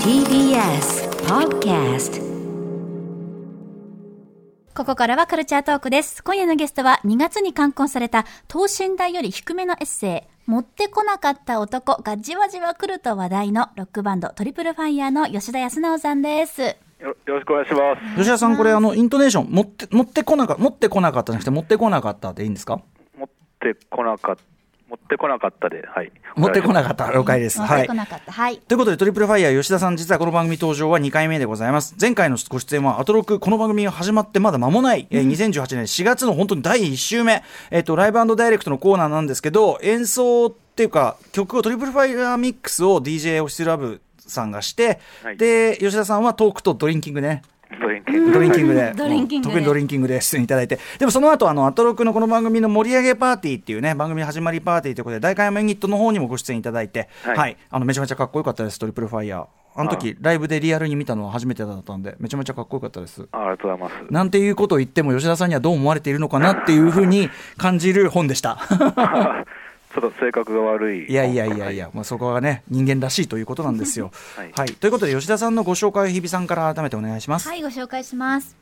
TBS Podcast ここからはカルチャートークです。今夜のゲストは2月に刊行された等身大より低めのエッセイ、持ってこなかった男がじわじわ来ると話題のロックバンドトリプルファイヤーの吉田康直さんです。よよろしくお願いします。吉田さん、これ、あの、イントネーション、持って、持ってこなかった、持ってこなかったじゃなくて、持ってこなかったでいいんですか持ってこなかった、持ってこなかったで、はい。持ってこななかった、了解です。持っはていこ。なかった。はい。ということで、トリプルファイヤー吉田さん、実はこの番組登場は2回目でございます。前回のご出演は、アトロック、この番組が始まってまだ間もない、えー2018年4月の本当に第1週目、えっ、と、ライブダイレクトのコーナーなんですけど、演奏っていうか、曲をトリプルファイヤーミックスを DJ オシスラブさんがして、はいで、吉田さんはトークとドリンキングね、ドリンキングドリンキングで、 ドリンキングでもう特にドリンキングで出演いただいて、でもその後あのアトロクのこの番組の盛り上げパーティーっていうね、番組始まりパーティーということで、大会山ユニットの方にもご出演いただいて、は、はいいあのめちゃめちゃかっこよかったです、トリプルファイヤー。あの時ライブでリアルに見たのは初めてだったんで、めちゃめちゃかっこよかったです。あありがとうございます。なんていうことを言っても、吉田さんにはどう思われているのかなっていうふうに感じる本 でした。 ちょっと性格が悪い。いやいやいやいや、まあ、そこがね、人間らしいということなんですよ。ははいい、ということで、吉田さんのご紹介を日比さんから改めてお願いします。はい、ご紹介します。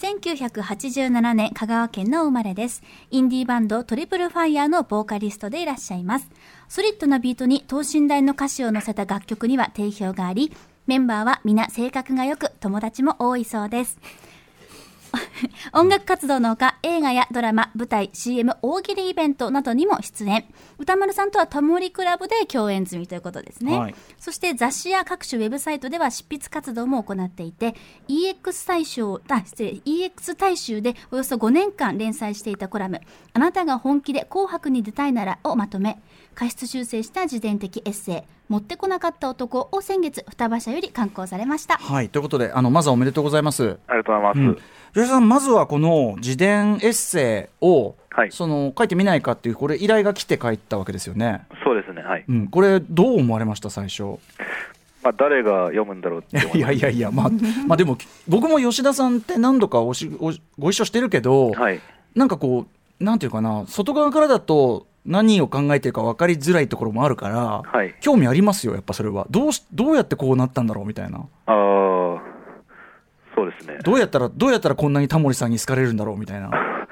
1987年、香川県の生まれです。インディーバンドトリプルファイヤーのボーカリストでいらっしゃいます。ソリッドなビートに等身大の歌詞を載せた楽曲には定評があり、メンバーは皆性格が良く、友達も多いそうです。 音楽活動のほか映画やドラマ舞台 CM 大喜利イベントなどにも出演歌丸さんとはタモリクラブで共演済みということですね、はいそして雑誌や各種ウェブサイトでは執筆活動も行っていて EX 大賞あ失礼 EX 大衆でおよそ5年間連載していたコラム「あなたが本気で紅白に出たいなら」をまとめ過失修正した自伝的エッセイ「持ってこなかった男」を先月双葉社より刊行されましたはい、ということで、あのまずはおめでとうございます。ありがとうございます。吉田さん、まずはこの自伝エッセイを、はいその書いてみないかっていう、これ、依頼が来て書いたわけですよね。そうですね、はい。うん、これ、どう思われました、最初。まあ、誰が読むんだろうって思 いいまやいやいや、まあ、まあでも、僕も吉田さんって何度かおしおご一緒してるけど、す。はい。なんかこう、なんていうかな、外側からだと、何を考えてるか分かりづらいところもあるから、はい興味ありますよ、やっぱそれは。どうしどうやってこうなったんだろうみたいな。ああ、そうですね。どうやったら、どうやったらこんなにタモリさんに好かれるんだろうみたいな。まあ、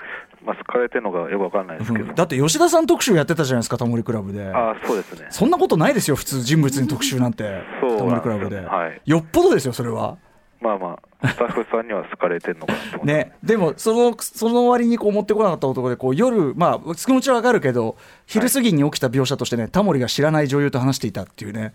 好かれてるのがよくわかんないですけど。だって吉田さん特集やってたじゃないですか、タモリクラブで。ああ、そうですね。そんなことないですよ、普通、人物に特集なんて、そうタモリクラブで、はいよっぽどですよ、それは。まあまあ、スタッフさんには好かれてるのかなと思って。ね、でもその、その割にこう持ってこなかった男でこう、夜、まあ、気持ちはわかるけど、昼過ぎに起きた描写としてね、タモリが知らない女優と話していたっていう ね、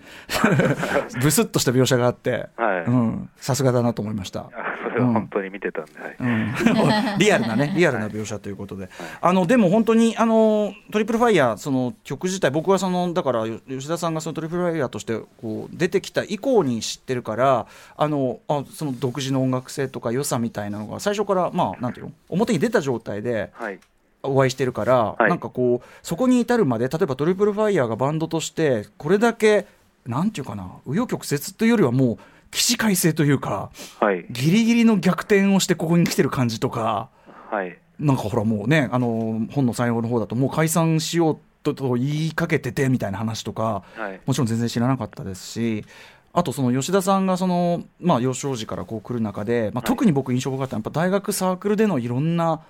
ブスッとした描写があって、はいうんさすがだなと思いました。あ それは本当に見てたんで、はい。うん リアルなね、リアルな描写ということで、あのでも本当にあのトリプルファイヤー、その曲自体、僕はそのだからよ吉田さんがそのトリプルファイヤーとしてこう出てきた以降に知ってるから、あのあその独自の音楽性とか良さみたいなのが、最初から、まあ、なんていうの、表に出た状態で、はい。お会いしてるから、はいなんかこうそこに至るまで例えばトリプルファイヤーがバンドとしてこれだけなんていうかな紆余曲折というよりはもう起死回生というかはい。ギリギリの逆転をしてここに来てる感じとかはい。なんかほらもうねあの本の最後の方だともう解散しようとと言いかけててみたいな話とかはい。もちろん全然知らなかったですし。あとその吉田さんがその、まあ、幼少時からこう来る中で、まあ、特に僕印象深かったのはやっぱ大学サークルでのいろんな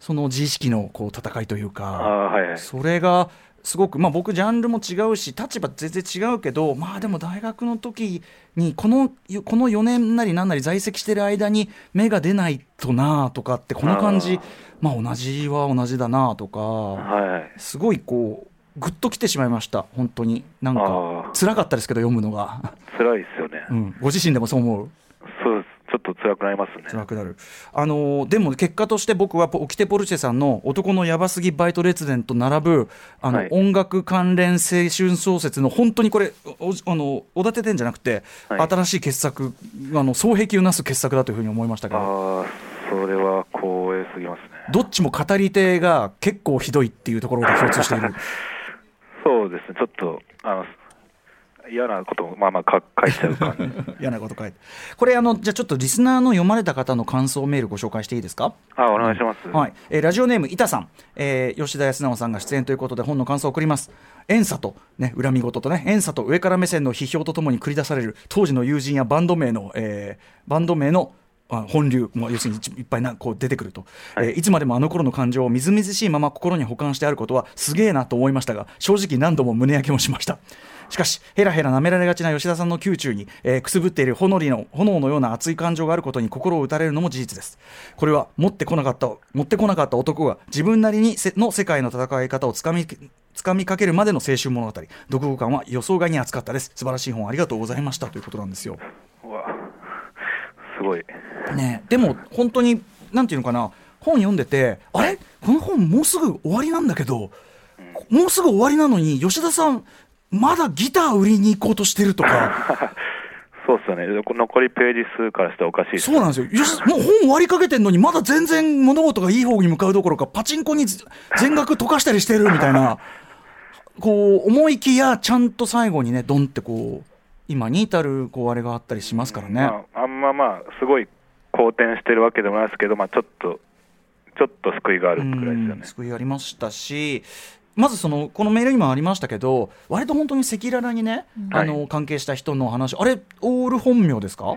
その自意識のこう戦いというあかあ、はいはい。それがすごく、まあ、僕ジャンルも違うし立場全然違うけどまあでも大学の時にこのこの4年なり何なり在籍してる間に目が出ないとなあとかってこの感あじーまあ同じは同じだなあとかはい。すごいこうグッときてしまいました本当になんあかー辛かったですけど読むのが、辛いですよね。うん、ご自身でもそう思うそうです。ちょっと辛くなりますね。辛くなる、あのーでも結果として僕はポオキテ・ポルシェさんの「男のやばすぎバイト列伝」と並ぶあの、はい音楽関連青春小説の本当にこれおあのおだててんじゃなくて、はい新しい傑作あの双璧をなす傑作だというふうに思いましたけどああ、それは光栄すぎますね。どっちも語り手が結 構ひどいっていうところが共通しているそうですね、ちょっと、あの、嫌なことをまあまあか書いちゃう感 じ嫌なこと書いてこれあのじゃあちょっとリスナーの読まれた方の感想メールご紹介していいですかあお願いします、はいえーラジオネーム板さん、えー吉田康直さんが出演ということで本の感想を送ります遠さと、ね、恨み事とね遠さと上から目線の批評とともに繰り出される当時の友人やバンド名の、えーバンド名のあ本流、まあ、要するにいっぱいなこう出てくると、いえーいつまでもあの頃の感情をみずみずしいまま心に保管してあることはすげえなと思いましたが正直何度も胸焼けもしましたしかしヘラヘラ舐められがちな吉田さんの宮中に、えーくすぶっている炎の炎のような熱い感情があることに心を打たれるのも事実ですこれは持ってこなかった持ってこなかった男が自分なりにせの世界の戦い方をつかみつかみかけるまでの青春物語読後感は予想外に熱かったです素晴らしい本ありがとうございましたということなんですようわすごいね、でも本当になんていうのかな本読んでてあれこの本もうすぐ終わりなんだけどもうすぐ終わりなのに吉田さんまだギター売りに行こうとしてるとかそうっすよね残りページ数からしておかしいですそうなんですよ吉田もう本終わりかけてんのにまだ全然物事がいい方に向かうどころかパチンコに全額溶かしたりしてるみたいなこう思いきやちゃんと最後にねドンってこう今に至るこうあれがあったりしますからね。まあ、あんままあすごい好転してるわけでもないですけど、まあ、ちょっとちょっと救いがあるくらいですようんね。救いありましたしまずそのこのメールにもありましたけど割と本当に赤裸々にね、あの関係した人の話あれオール本名ですか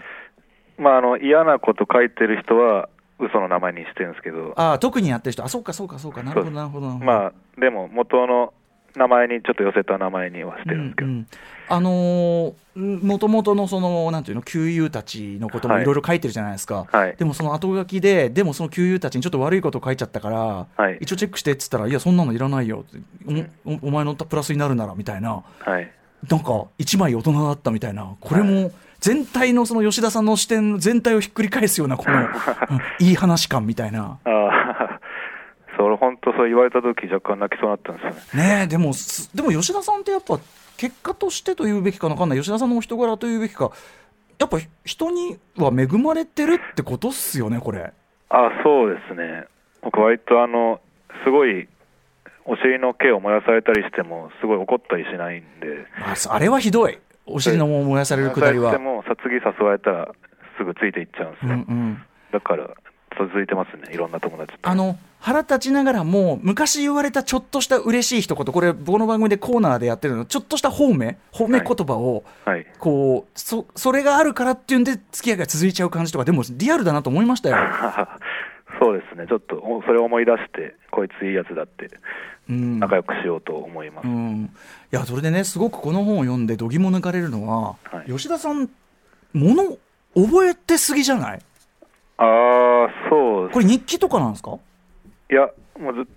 まああの嫌なこと書いてる人は嘘の名前にしてるんですけど、ああ特にやってる人あそうかそうかそうかなるほどなるほどなるほどまあでも元の名前にちょっと寄せた名前にはしてうるんですんけうど、ん、あのもともとのそのなんていうの旧友たちのこともはいいろいろ書いてるじゃないですか、はいでもその後書きででもその旧友たちにちょっと悪いこと書いちゃったから、はい一応チェックしてっつったらいやそんなのいらないよっておおお前のプラスになるならみたいな、はいなんか一枚大人だったみたいな、これも全体のその吉田さんの視点全体をひっくり返すような、 このうんいい話感みたいな。ああ それ本当そう言われた時若干泣きそうになったんですよね。ねえでもす、でも吉田さんってやっぱ、結果としてというべきかなわかんない、吉田さんのお人柄というべきか、やっぱ人には恵まれてるってことっすよね、これ。あそうですね。僕割とあのすごいお尻の毛を燃やされたりしてもすごい怒ったりしないんで。あそあれはひどい、お尻の燃やされるくだりはで。もさ次誘われたらすぐついていっちゃうんですうんよ、うんだから続いてますねいろんな友達とあの腹立ちながらも昔言われたちょっとした嬉しい一言これ僕の番組でコーナーでやってるのちょっとした褒め褒め言葉を、はい こうそそれがあるからっていうんで付き合いが続いちゃう感じとかでもリアルだなと思いましたよ。そうですねちょっとおそれを思い出してこいついいやつだってうん仲良くしようと思います、うん、いやそれでねすごくこの本を読んで度肝抜かれるのは、はい吉田さんもの覚えてすぎじゃないああそうこれ日記とかなんですかいやもうず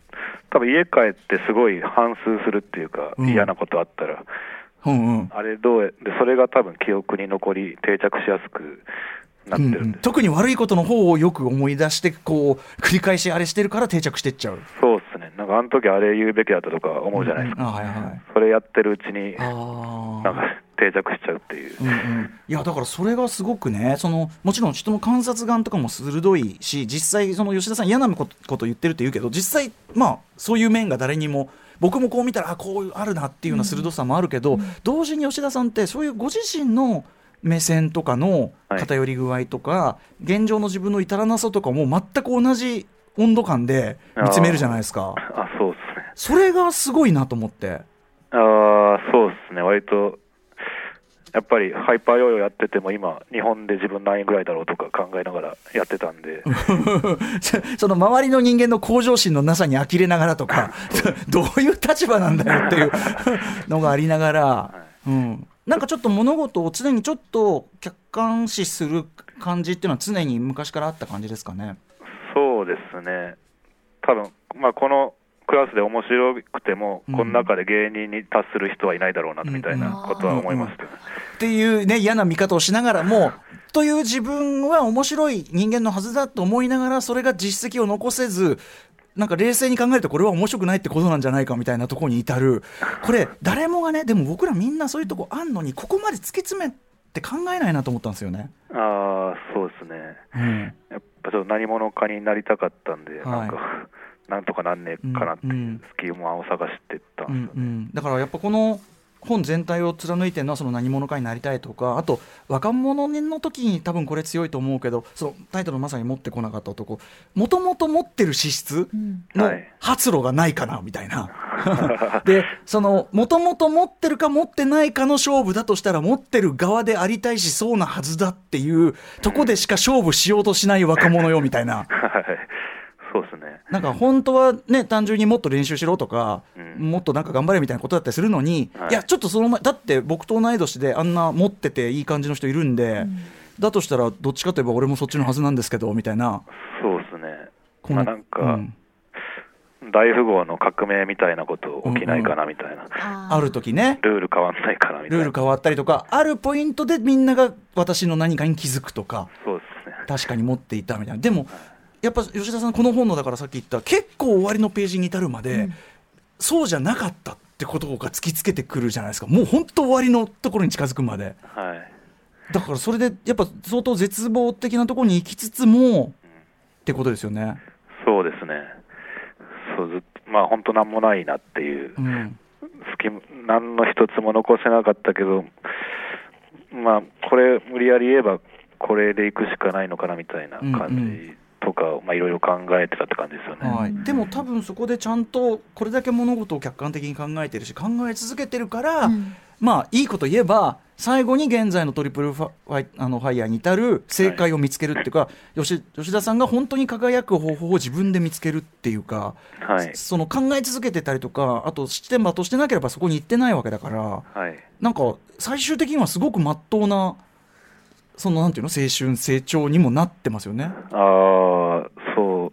多分家帰ってすごい反芻するっていうか、うん嫌なことあったらうんうんあれどうやでそれが多分記憶に残り定着しやすくなっうてんるんうです、ん、特に悪いことの方をよく思い出してこう繰り返しあれしてるから定着してっちゃう。そうですねなんかあの時あれ言うべきだったとか思うじゃないですか、うんあはいはいそれやってるうちにあなんあ。か定着しちゃうっていう。うんうん、いやだからそれがすごくねそのもちろん人の観察眼とかも鋭いし実際その吉田さん嫌なことこと言ってるって言うけど実際まあそういう面が誰にも僕もこう見たらあこうあるなっていうような鋭さもあるけど、同時に吉田さんってそういうご自身の目線とかのはい偏り具合とか、現状の自分の至らなさとかも全く同じ温度感で見つめるじゃないですかあ、そうですね。それがすごいなと思って。ああ、そうですね。割と、やっぱりハイパーヨーヨーやってても今、日本で自分何位ぐらいだろうとか考えながらやってたんで、 そその周りの人間の向上心のなさに呆れながらとか、 どういう立場なんだよっていうのがありながら、うん、なんかちょっと物事を常にちょっと客観視する感じっていうのは常に昔からあった感じですかね。そうですね。多分、まあこのクラスで面白くても、うんこの中で芸人に達する人はいないだろうな、うんみたいなことは思いました、ねっていうね嫌な見方をしながらもという自分は面白い人間のはずだと思いながらそれが実績を残せずなんか冷静に考えるとこれは面白くないってことなんじゃないかみたいなところに至るこれ誰もがねでも僕らみんなそういうとこあんのにここまで突き詰めって考えないなと思ったんですよね。ああ、そうですね。うんやっぱちょっと何者かになりたかったんで、はいなんか、 なんとかなんねえかなって、うんうんスキーマンを探してったうんですよね。んうん、だからやっぱこの本全体を貫いてるのはその何者かになりたいとかあと若者の時に多分これ強いと思うけどそのタイトルまさに持ってこなかった男もともと持ってる資質のはい発露がないかなみたいな。 でそのもともと持ってるか持ってないかの勝負だとしたら持ってる側でありたいしそうなはずだっていうとこでしか勝負しようとしない若者よみた いな。はいそうですね。なんか本当はね、単純にもっと練習しろとか、うんもっとなんか頑張れみたいなことだったりするのに、、はいいや、ちょっとその前、だって僕と同い年であんな持ってていい感じの人いるんで、だとしたら、どっちかといえば俺もそっちのはずなんですけど、みたいな。そうですね。こまのあなんか、うん大富豪の革命みたいなこと起きないかなみたいな、ある時ね、ルール変わんないかなみたい ルな。ール変わったりとか、あるポイントでみんなが私の何かに気づくとか。そうですね。確かに持っていたみたいなでもやっぱ吉田さんこの本のだからさっき言った結構終わりのページに至るまで、そうじゃなかったってことが突きつけてくるじゃないですかもう本当終わりのところに近づくまではい。だからそれでやっぱ相当絶望的なところに行きつつもってことですよね。そうですね。そうずっとまあ本当なんもないなっていうう。ん隙間何の一つも残せなかったけど、まあこれ無理やり言えばこれで行くしかないのかなみたいな感じとかをまあいろいろ考えてたって感じですよね。はい、でも多分そこでちゃんとこれだけ物事を客観的に考えてるし考え続けてるから、うんまあいいこと言えば最後に現在のトリプルファイあのファイヤーに至る正解を見つけるっていうか、吉吉田さんが本当に輝く方法を自分で見つけるっていうか、はい。その考え続けてたりとかあと視点場としてなければそこに行ってないわけだからはい。なんか最終的にはすごく真っ当なそのなんていうの青春成長にもなってますよね。ああ、そう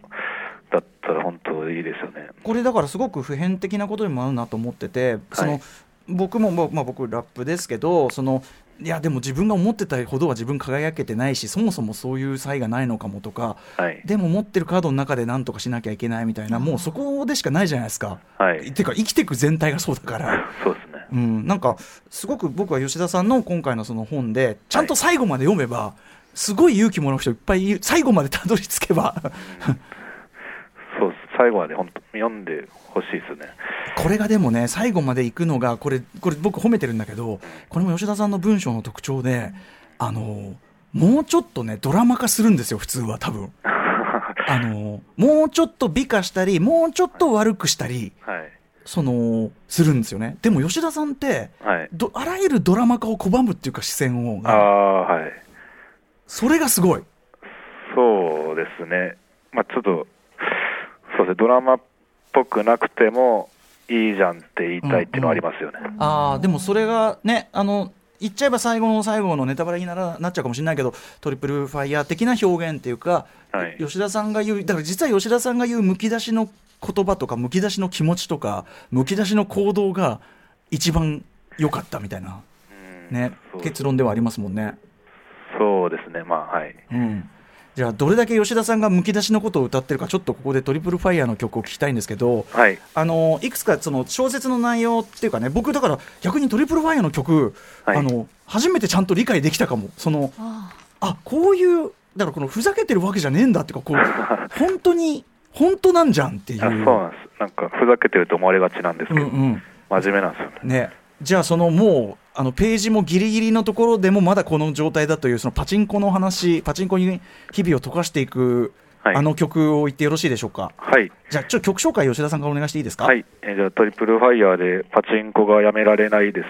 だったら本当いいですよね。これだからすごく普遍的なことにもあるなと思ってて、その僕も、まあまあ、僕ラップですけどそのいやでも自分が思ってたほどは自分輝けてないしそもそもそういう才がないのかもとかはい。でも持ってるカードの中で何とかしなきゃいけないみたいなもうそこでしかないじゃないですか。はい。ていうか生きてく全体がそうだから。 そうですね。うん、なんかすごく僕は吉田さんの今回のその本でちゃんと最後まで読めば、すごい勇気もらう人いっぱいいる最後までたどり着けばそうっす最後まで本当読んでほしいですね。 これがでもね最後まで行くのがこれこれ僕褒めてるんだけどこれも吉田さんの文章の特徴であのもうちょっとねドラマ化するんですよ普通は多分あのもうちょっと美化したりもうちょっと悪くしたりはい。そのするんですよねでも吉田さんってはい。どあらゆるドラマ化を拒むっていうか視線をああ、はい。それがすごいそうですね。まあちょっと、そうですね、ドラマっぽくなくてもいいじゃんって言いたいっていうのはありますよね。あーでもそれがねあの言っちゃえば最後の最後のネタバレにならなっちゃうかもしれないけどトリプルファイヤー的な表現っていうか、はい吉田さんが言うだから実は吉田さんが言うむき出しの言葉とかむき出しの気持ちとかむき出しの行動が一番良かったみたいな、うんねそう、結論ではありますもんね。そうですね、まあはい。うんじゃあどれだけ吉田さんがむき出しのことを歌ってるかちょっとここでトリプルファイヤーの曲を聞きたいんですけど、はい。あのいくつかその小説の内容っていうかね僕だから逆にトリプルファイアの曲、はいあの初めてちゃんと理解できたかもそのああこういうだからこのふざけてるわけじゃねえんだっていうかこ う本当に本当なんじゃんっていあうそうなんです。なんか、ふざけてると思われがちなんですけうんど、うん真面目なんですよね。ねじゃあそのもうあのページもギリギリのところでもまだこの状態だというそのパチンコの話パチンコに日々を溶かしていく、はいあの曲を言ってよろしいでしょうかはい。じゃあちょっと曲紹介吉田さんからお願いしていいですかはい。えーじゃあ、トリプルファイヤーでパチンコがやめられないです。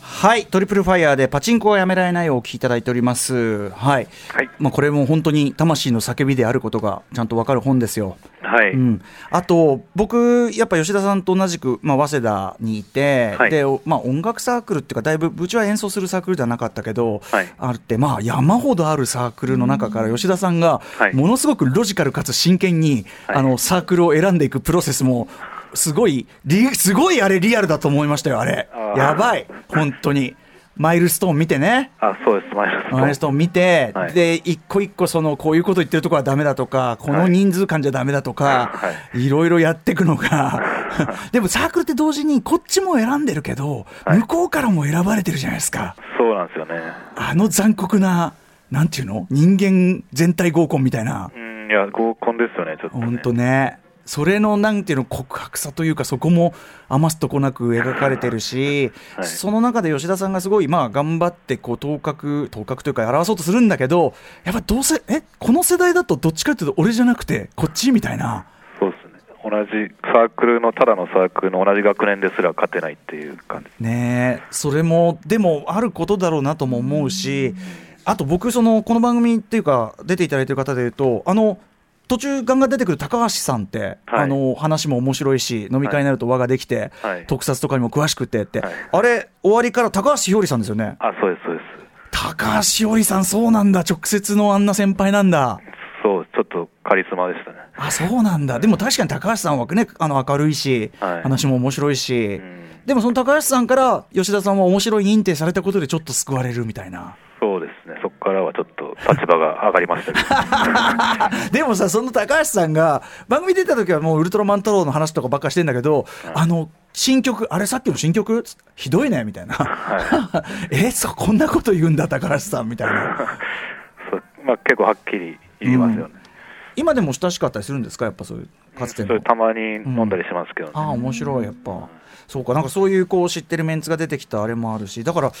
はい、トリプルファイヤーでパチンコはやめられないをお聞きいただいております。はい。はいまあこれも本当に魂の叫びであることがちゃんとわかる本ですよ。はい。うん。あと僕やっぱ吉田さんと同じくまあ早稲田にいて、はいでおまあ音楽サークルっていうかだいぶうちは演奏するサークルではなかったけど、はいあってまあ山ほどあるサークルの中から吉田さんがはいものすごくロジカルかつ真剣に、はいあのサークルを選んでいくプロセスもすごいリすごいあれリアルだと思いましたよあれあーやばい本当にマイルストーン見てねあ、そうです、マイナスマイルストーン見て、はいで一個一個そのこういうこと言ってるとこはダメだとかこのはい人数感じゃダメだとか、、はいろいろやっていくのが でもサークルって同時にこっちも選んでるけど、はい向こうからも選ばれてるじゃないですか。そうなんですよね。あの残酷な、なんていうの人間全体合コンみたいなう。ん、いや、合コンですよね、ちょっと、ね。ほんとね。それのなんていうの告白さというかそこも余すとこなく描かれてるし、はいその中で吉田さんがすごいまあ頑張ってこう頭角頭角というか表そうとするんだけどやっぱどうせえこの世代だとどっちかというと俺じゃなくてこっちみたいな。そうですね。同じサークルの、ただのサークルの同じ学年ですら勝てないっていう感じ。ねえそれもでもあることだろうなとも思うしあと僕そのこの番組っていうか出ていただいてる方でいうとあの途中ガンガン出てくる高橋さんって、はいあの話も面白いし飲み会になると輪ができて、はい特撮とかにも詳しくてって、はいあれ終わりから高橋ひよりさんですよねあ、そうです、そうです。高橋ひよりさんそうなんだ直接のあんな先輩なんだそう、ちょっとカリスマでしたね。あそうなんだでも確かに高橋さんはねあの明るいし、はい話も面白いし、うんでもその高橋さんから吉田さんは面白い認定されたことでちょっと救われるみたいな。そうですね。そこからはちょっと立場が上がりましたけ ど。でもさ、その高橋さんが番組出た時はもうウルトラマン太郎の話とかばっかしてんだけど、あの、新曲、あれさっきの新曲つってひどいね、みたいな。 え、そう、こんなこと言うんだ、高橋さん、みたいな。そうまあ、結構はっきり言いますよね。今でも親しかったりするんですかやっぱそういう、かつそてれの。たまに飲んだりしますけどね。ああ面白いやっぱそうかなんかそういうこう知ってるメンツが出てきたあれもあるしだから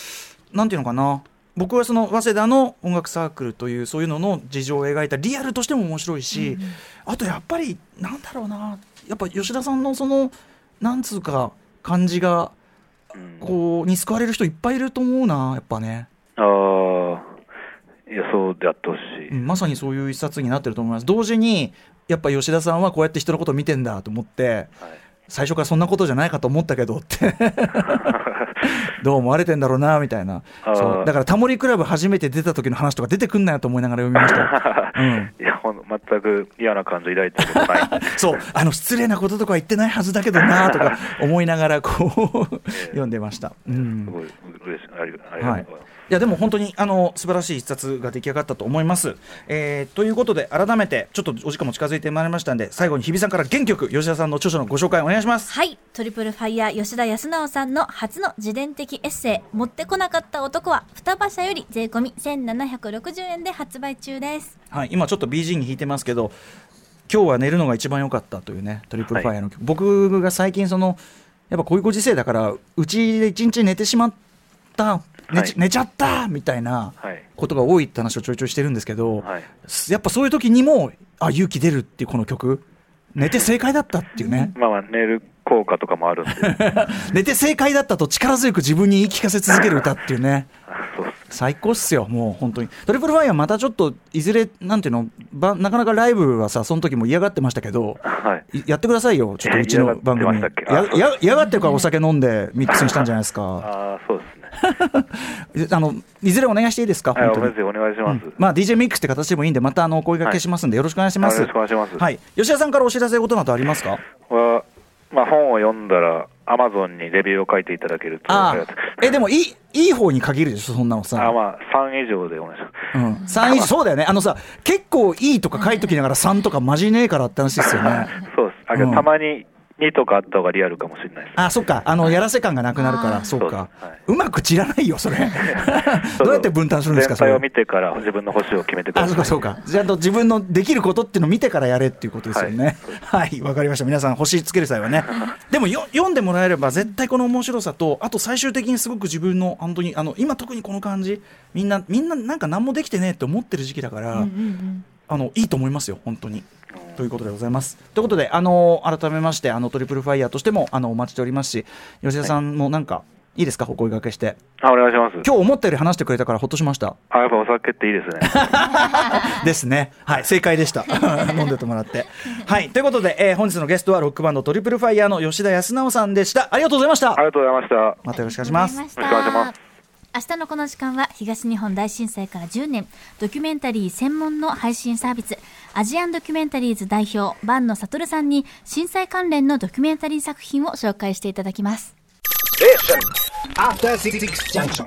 なんていうのかな僕はその早稲田の音楽サークルというそういうのの事情を描いたリアルとしても面白いし、あとやっぱりなんだろうなやっぱ吉田さんのそのなんつうか感じがうんこうに救われる人いっぱいいると思うなやっぱね、ああ、いや、そうであってほしい。うんまさにそういう一冊になってると思います同時にやっぱ吉田さんはこうやって人のこと見てんだと思ってはい最初からそんなことじゃないかと思ったけどって どう思われてんだろうなみたいなあーそうだから「タモリクラブ」初めて出た時の話とか出てくんなよと思いながら読み ました、うん、いや、ほん全く嫌な感情抱いたことない。そうあの失礼なこととかは言ってないはずだけどなと か思いながらこう読んでました、うんすごい嬉しい。ありありがはというございます。、いやでも本当にあの素晴らしい一冊が出来上がったと思います。えーということで改めてちょっとお時間も近づいてまいりましたんで最後に日比さんから原曲吉田さんの著書のご紹介お願いします。はい。トリプルファイヤー吉田康直さんの初の自伝的エッセイ、持ってこなかった男は、双葉社より税込み1760円で発売中です。はい、今ちょっと BG に弾いてますけど今日は寝るのが一番良かったというねトリプルファイアの曲、僕が最近そのやっぱこういうご時世だからうちで一日寝てしまった寝ち,、はい寝ちゃったみたいなはいことが多いって話をちょいちょいしてるんですけど、はいやっぱそういう時にもあ勇気出るっていうこの曲寝て正解だったってい うねまあまあ、寝る効果とかもあるん で。寝て正解だったと力強く自分に言い聞かせ続ける歌っていうね。そうっす最高っすよ、もう本当に。トリプルファイアまたちょっと、いずれ、なんていうの、ばなかなかライブはさ、その時も嫌がってましたけど、はい。いやってくださいよ、ちょっとえうちの番組。嫌がやってましたっけあや嫌がってるからお酒飲んでミックスにしたんじゃないで すか。ああ、そうですね。えあのいずれお願いしていいですか、はい、本お当に先。生お願いします。うんまあ、DJ ミックスって形でもいいんで、またあのお声掛けしますんで、よろしくお願いします。はいよろしくお願いしますはい、吉田さんからお知らせことなどありますかは、まあ、本を読んだら、アマゾンにレビューを書いていただけると。ありがあたいえ、でもいい、いい方に限るでしょ、そんなのさ。あ、まあ、3以上でお願いします。うん、3以上、そうだよね、あのさ、結構いいとか書いときながら、3とかマジねえからって話ですよ ね。そうです。あ、けどうんたまに2とかあった方がリアルかもしれないです。あそっか、あのやらせ感がなくなるから、そうそか、うですはいうまく散らない よ、それ、どうやって分担するんですか、そ全体れを。見てから自分の星を決めてくださあい。そうかそうか、ちゃんと自分のできることっていうのを見てからやれっていうことですよね。はい、わ、かりました、皆さん、星つける際はね、でもよ読んでもらえれば、絶対この面白さと、あと最終的にすごく自分の、本当にあの今、特にこの感じ、みんな、みんななんか何もできてねえって思ってる時期だから、あのいいと思いますよ、本当に。ということでございます。ということで、あの改めまして、あのトリプルファイヤーとしてもあのお待ちしておりますし、吉田さんもなんか、いいですか、お声掛けして、あ、お願いします。今日思ったより話してくれたから、ほっとしました。あ、やっぱお酒っていいです ね。ですね。はい、正解でした。 飲んでてもらって。はい、ということで、えー本日のゲストはロックバンドトリプルファイヤーの吉田康直さんでした。ありがとうございました。ありがとうございました。またよろしくお願いしますあ。りよろしくお願がいしまとうございました明日のこの時間は東日本大震災から10年ドキュメンタリー専門の配信サービスアジアンドキュメンタリーズ代表坂野悟さんに震災関連のドキュメンタリー作品を紹介していただきます After Six Junction.